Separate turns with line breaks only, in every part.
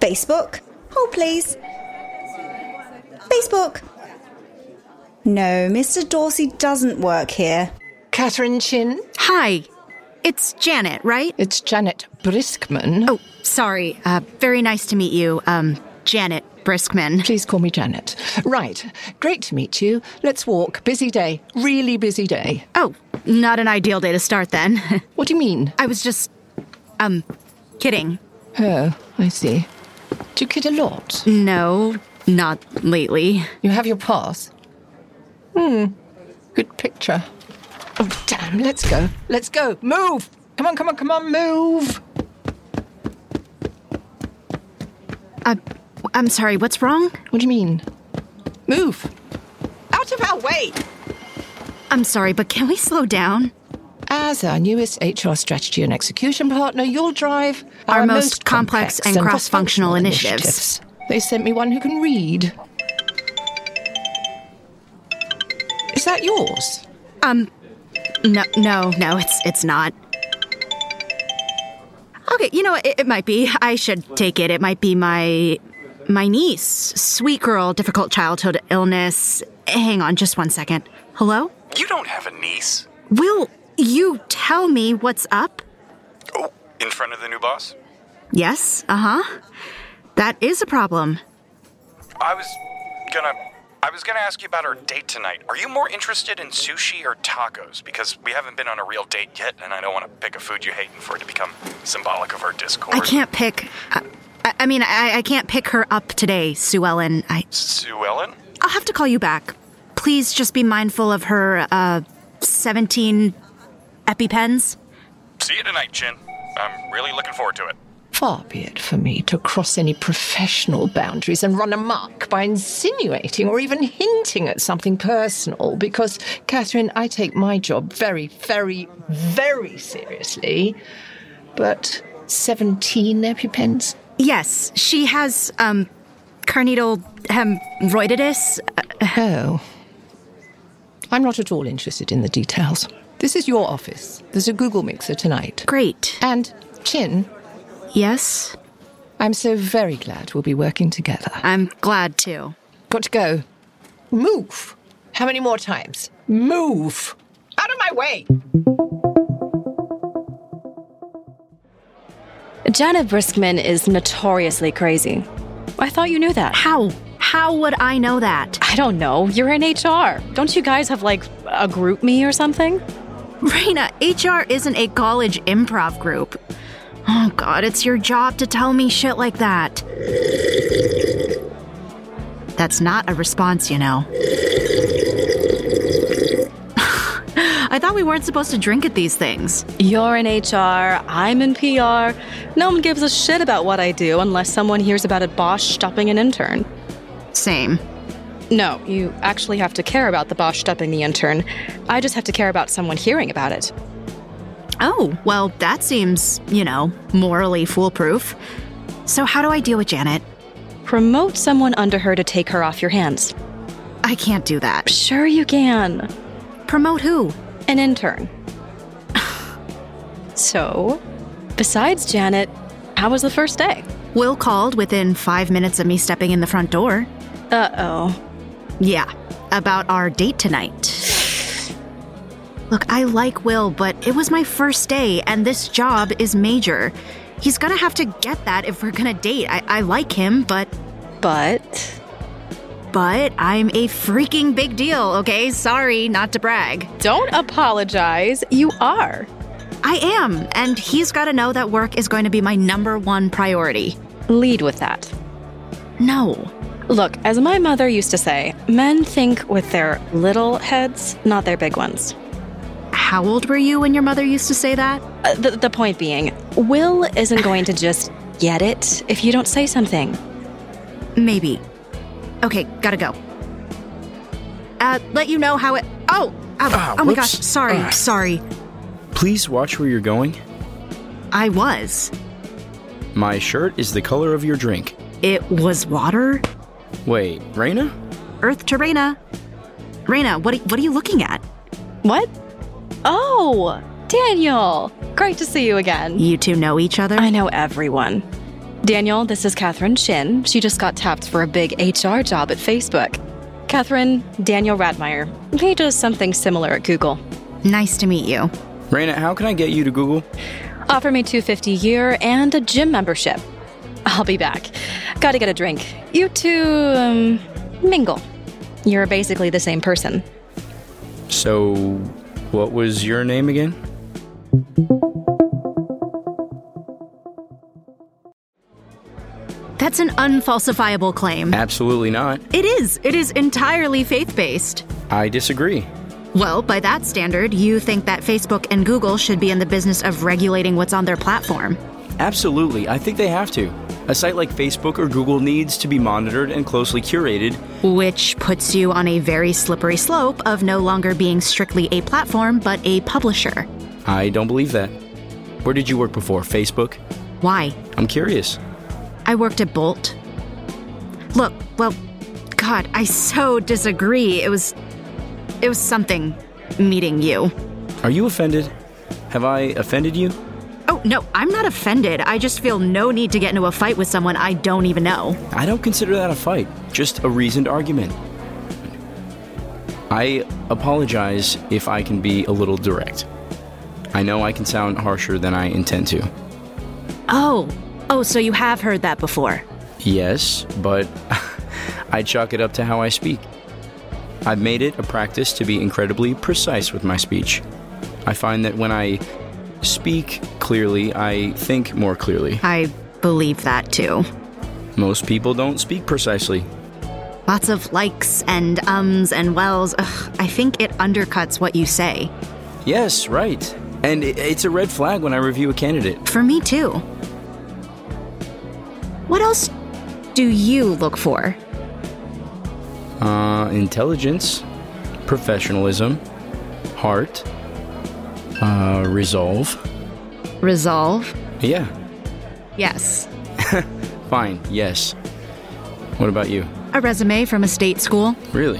Facebook. Hold, please. Facebook. No, Mr. Dorsey doesn't work here.
Catherine Chin.
Hi. It's Janet, right?
It's Janet Briskman.
Oh, sorry. Uh, very nice to meet you, um, Janet Briskman.
Please call me Janet. Right. Great to meet you. Let's walk. Busy day. Really busy day.
Oh, not an ideal day to start then.
What do you mean?
I was just, um, kidding.
Oh, I see. Do you kid a lot?
No, not lately.
You have your pass. Hmm. Good picture. Oh, damn. Let's go. Let's go. Move. Come on, come on, come on. Move.
Uh, I'm sorry, what's wrong?
What do you mean? Move. Out of our way.
I'm sorry, but can we slow down?
As our newest HR strategy and execution partner, you'll drive
Our most complex and cross-functional
cross-functional
initiatives.
initiatives. They sent me one who can read. Is that yours?
Um, no, no, no, it's it's not. Okay, you know what? It, it might be. I should take it. It might be my my niece, sweet girl, difficult childhood illness. Hang on, just one second. Hello,
You don't have a niece.
will you tell me what's up?
Oh, in front of the new boss?
Yes. Uh huh. That is a problem.
I was gonna. I was gonna ask you about our date tonight. Are you more interested in sushi or tacos? Because we haven't been on a real date yet, and I don't want to pick a food you hate and for it to become symbolic of our discord.
I can't pick. I, I- I mean, I, I can't pick her up today, Sue Ellen. I
Sue Ellen?
I'll have to call you back. Please just be mindful of her uh, 17 EpiPens.
See you tonight, Chin. I'm really looking forward to it.
Far be it for me to cross any professional boundaries and run amok by insinuating or even hinting at something personal, because, Catherine, I take my job very, very, very seriously. But 17 EpiPens?
Yes, she has um, carnital hemorrhoiditis.
Oh. I'm not at all interested in the details. This is your office. There's a Google mixer tonight.
Great.
And, Chin,
Yes,
I'm so very glad we'll be working together.
I'm glad to.
Got to go. Move. How many more times? Move. Out of my way.
Janet Briskman is notoriously crazy. I thought you knew that.
How? How would I know that?
I don't know. You're in HR. Don't you guys have like a group me or something?
Raina, HR isn't a college improv group. Oh, God, it's your job to tell me shit like that. That's not a response, you know. I thought we weren't supposed to drink at these things.
You're in HR, I'm in PR. No one gives a shit about what I do unless someone hears about a Bosch stopping an intern.
Same.
No, you actually have to care about the Bosch stopping the intern. I just have to care about someone hearing about it.
Oh, well, that seems, you know, morally foolproof. So, how do I deal with Janet?
Promote someone under her to take her off your hands.
I can't do that.
Sure, you can.
Promote who?
An intern. so, besides Janet, how was the first day?
Will called within five minutes of me stepping in the front door.
Uh oh.
Yeah, about our date tonight. Look, I like Will, but it was my first day, and this job is major. He's gonna have to get that if we're gonna date. I, I like him, but
But
but I'm a freaking big deal, okay? Sorry, not to brag.
don't apologize. You are.
I am, and he's gotta know that work is going to be my number one priority.
Lead with that.
No.
Look, as my mother used to say, men think with their little heads, not their big ones.
How old were you when your mother used to say that?
Uh, the, the point being, Will isn't going to just get it if you don't say something.
Maybe. Okay, gotta go. Uh, let you know how it. Oh! Oh,
Ah,
oh my gosh,
whoops.
sorry,
Ah.
sorry.
Please watch where you're going.
I was.
My shirt is the color of your drink.
It was water?
Wait, Raina?
Earth to Reyna. Reyna, what, are- what are you looking at?
What? Oh, Daniel! Great to see you again.
You two know each other?
I know everyone. Daniel, this is Catherine Chin. She just got tapped for a big HR job at Facebook. Catherine, Daniel Radmeyer. He does something similar at Google.
Nice to meet you.
Raina, how can I get you to Google?
Offer me 250 a year and a gym membership. I'll be back. Gotta get a drink. You two um, mingle. You're basically the same person.
So, what was your name again?
That's an unfalsifiable claim.
Absolutely not.
It is. It is entirely faith based.
I disagree.
Well, by that standard, you think that Facebook and Google should be in the business of regulating what's on their platform.
Absolutely. I think they have to. A site like Facebook or Google needs to be monitored and closely curated.
Which puts you on a very slippery slope of no longer being strictly a platform, but a publisher.
I don't believe that. Where did you work before? Facebook?
Why?
I'm curious.
I worked at Bolt. Look, well, God, I so disagree. It was. It was something meeting you.
Are you offended? Have I offended you?
Oh, no, I'm not offended. I just feel no need to get into a fight with someone I don't even know.
I don't consider that a fight, just a reasoned argument. I apologize if I can be a little direct. I know I can sound harsher than I intend to.
Oh, oh, so you have heard that before.
Yes, but I chalk it up to how I speak. I've made it a practice to be incredibly precise with my speech. I find that when I speak clearly, I think more clearly.
I believe that too.
Most people don't speak precisely.
Lots of likes and ums and wells. Ugh, I think it undercuts what you say.
Yes, right. And i- it's a red flag when I review a candidate.
For me too. What else do you look for?
Uh, intelligence, professionalism, heart, uh, resolve.
Resolve?
Yeah,
Yes.
fine, yes. What about you?
A resume from a state school?
Really?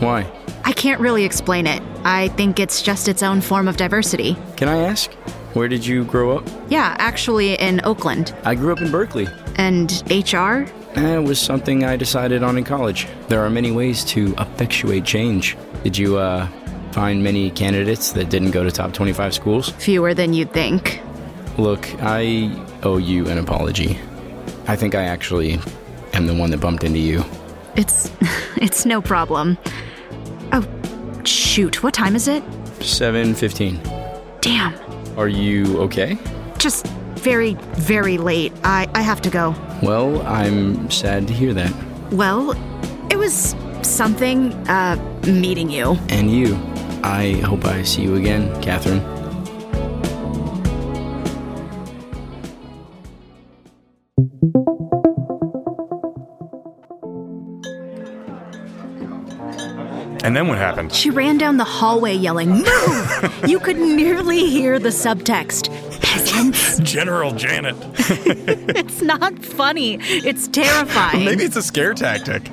Why?
I can't really explain it. I think it's just its own form of diversity.
Can I ask? Where did you grow up?
Yeah, actually in Oakland.
I grew up in Berkeley.
And HR?
Eh, It was something I decided on in college. There are many ways to effectuate change. Did you uh, find many candidates that didn't go to top 25 schools?
Fewer than you'd think.
Look, I owe you an apology. I think I actually am the one that bumped into you.
It's it's no problem. Oh, shoot. What time is it?
7:15.
Damn.
Are you okay?
Just very very late. I I have to go.
Well, I'm sad to hear that.
Well, it was something uh meeting you.
And you. I hope I see you again, Catherine.
And then what happened?
She ran down the hallway yelling, "Move!" you could nearly hear the subtext. Peasants.
General Janet.
It's not funny. It's terrifying.
Maybe it's a scare tactic.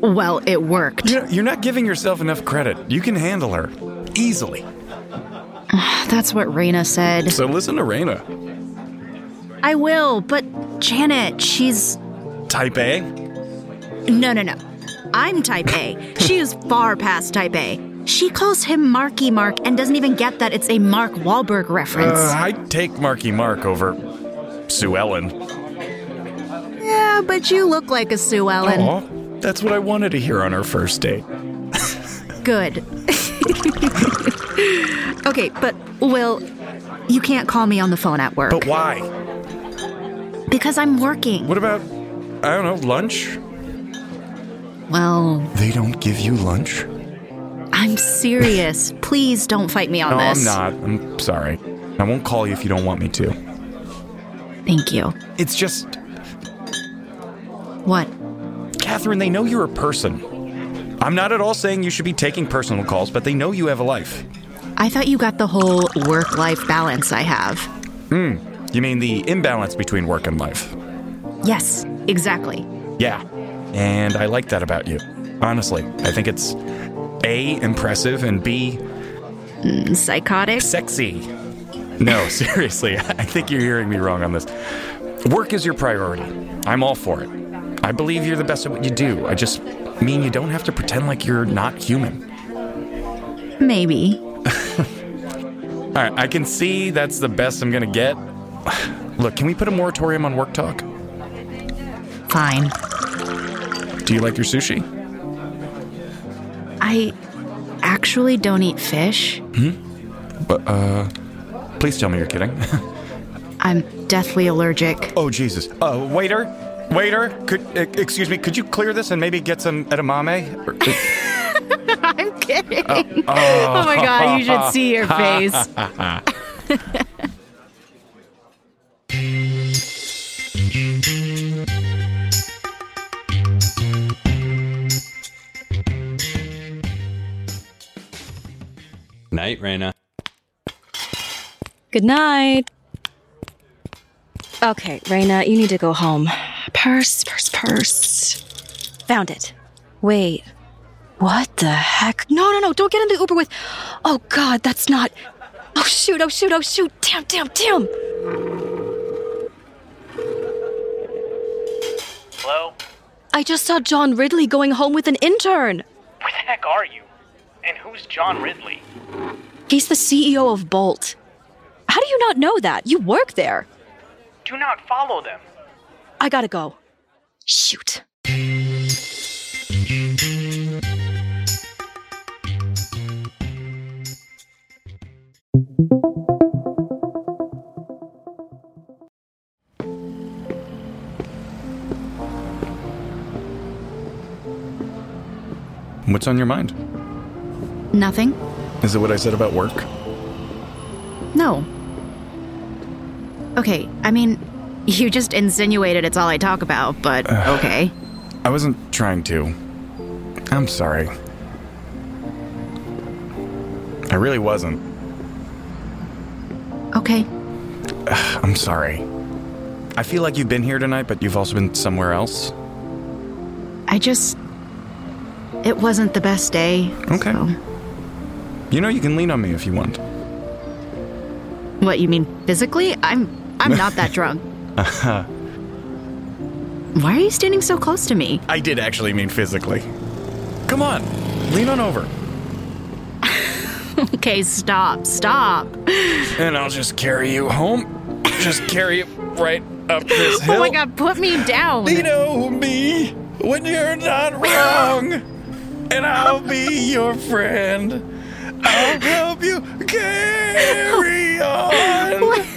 Well, it worked.
You know, you're not giving yourself enough credit. You can handle her easily.
That's what Raina said.
So listen to Raina.
I will, but Janet, she's
Type A.
no, no, no. I'm type A. she is far past type A. She calls him Marky Mark and doesn't even get that it's a Mark Wahlberg reference.
Uh, I take Marky Mark over Sue Ellen.
yeah, but you look like a Sue Ellen.
Aw, that's what I wanted to hear on our first date.
Good. okay, but Will, you can't call me on the phone at work
But why?
because I'm working.
What about, I don't know, lunch?
Well,
They don't give you lunch?
I'm serious. Please don't fight me on
No,
this.
I'm not. I'm sorry. I won't call you if you don't want me to.
Thank you.
It's just,
What?
Catherine, they know you're a person. I'm not at all saying you should be taking personal calls, but they know you have a life.
I thought you got the whole work-life balance I have.
You mean the imbalance between work and life?
Yes, exactly.
Yeah. And I like that about you. Honestly, I think it's A, impressive, and B,
Psychotic.
sexy. No, seriously, I think you're hearing me wrong on this. Work is your priority. I'm all for it. I believe you're the best at what you do. I just mean you don't have to pretend like you're not human.
Maybe.
All right, I can see that's the best I'm gonna get. Look, can we put a moratorium on work talk?
Fine.
Do you like your sushi?
I actually don't eat fish.
But, uh, please tell me you're kidding.
I'm deathly allergic.
oh, Jesus. Uh, waiter, waiter, could, e- excuse me, could you clear this and maybe get some edamame? Or-
I'm kidding. oh my god, you should see your face.
Night, Raina.
Good night. Okay, Raina, you need to go home. Purse, purse, purse. Found it. Wait. What the heck? No, no, no, don't get in the Uber with. Oh, God, that's not. Oh, shoot, oh, shoot, oh, shoot. Damn, damn, damn.
Hello?
I just saw John Ridley going home with an intern.
Where the heck are you? And who's John Ridley?
He's the CEO of Bolt. How do you not know that? You work there.
Do not follow them.
I gotta go. Shoot.
What's on your mind?
Nothing?
Is it what I said about work?
No. Okay, I mean, you just insinuated it's all I talk about, but okay.
I wasn't trying to. I'm sorry. I really wasn't.
Okay.
I'm sorry. I feel like you've been here tonight, but you've also been somewhere else.
I just. It wasn't the best day.
Okay.
so-
You know you can lean on me if you want.
What you mean physically? I'm I'm not that drunk. Why are you standing so close to me?
I did actually mean physically. Come on, lean on over.
Okay, stop, stop.
And I'll just carry you home. Just carry you right up this hill.
Oh my god, put me down.
You know me when you're not wrong, and I'll be your friend. I'll help you carry on.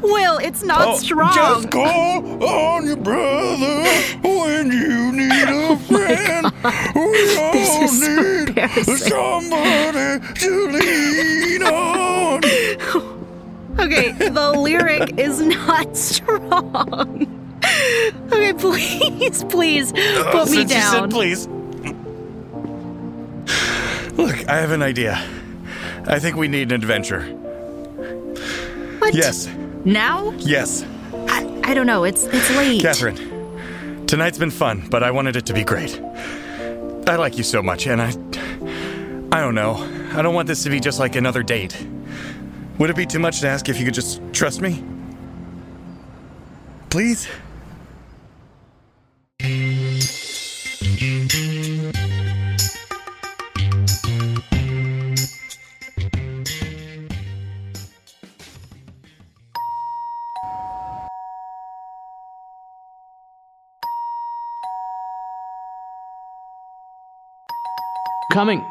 Will, it's not strong.
Oh, Just call on your brother when you need
Oh
a friend. we all
is so
need
embarrassing.
somebody to lean on.
Okay, the lyric is not strong. Okay, please, please put me
Uh, Since you said
down.
please. Look, I have an idea. I think we need an adventure.
What?
Yes,
Now?
yes.
I, I don't know. It's it's late.
Catherine, tonight's been fun, but I wanted it to be great. I like you so much, and I. I don't know. I don't want this to be just like another date. Would it be too much to ask if you could just trust me? Please?
Coming.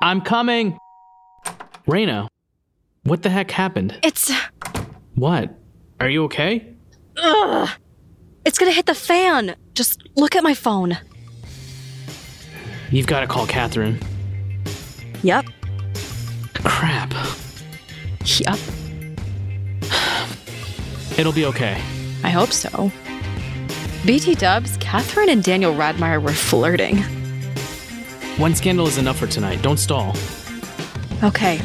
I'm coming. Reyna, what the heck happened?
It's.
What? Are you okay?
It's gonna hit the fan. Just look at my phone.
You've got to call Catherine.
Yep.
Crap.
Yep.
It'll be okay.
I hope so. BT dubs, Catherine and Daniel Radmeyer were flirting.
One scandal is enough for tonight. Don't stall.
Okay,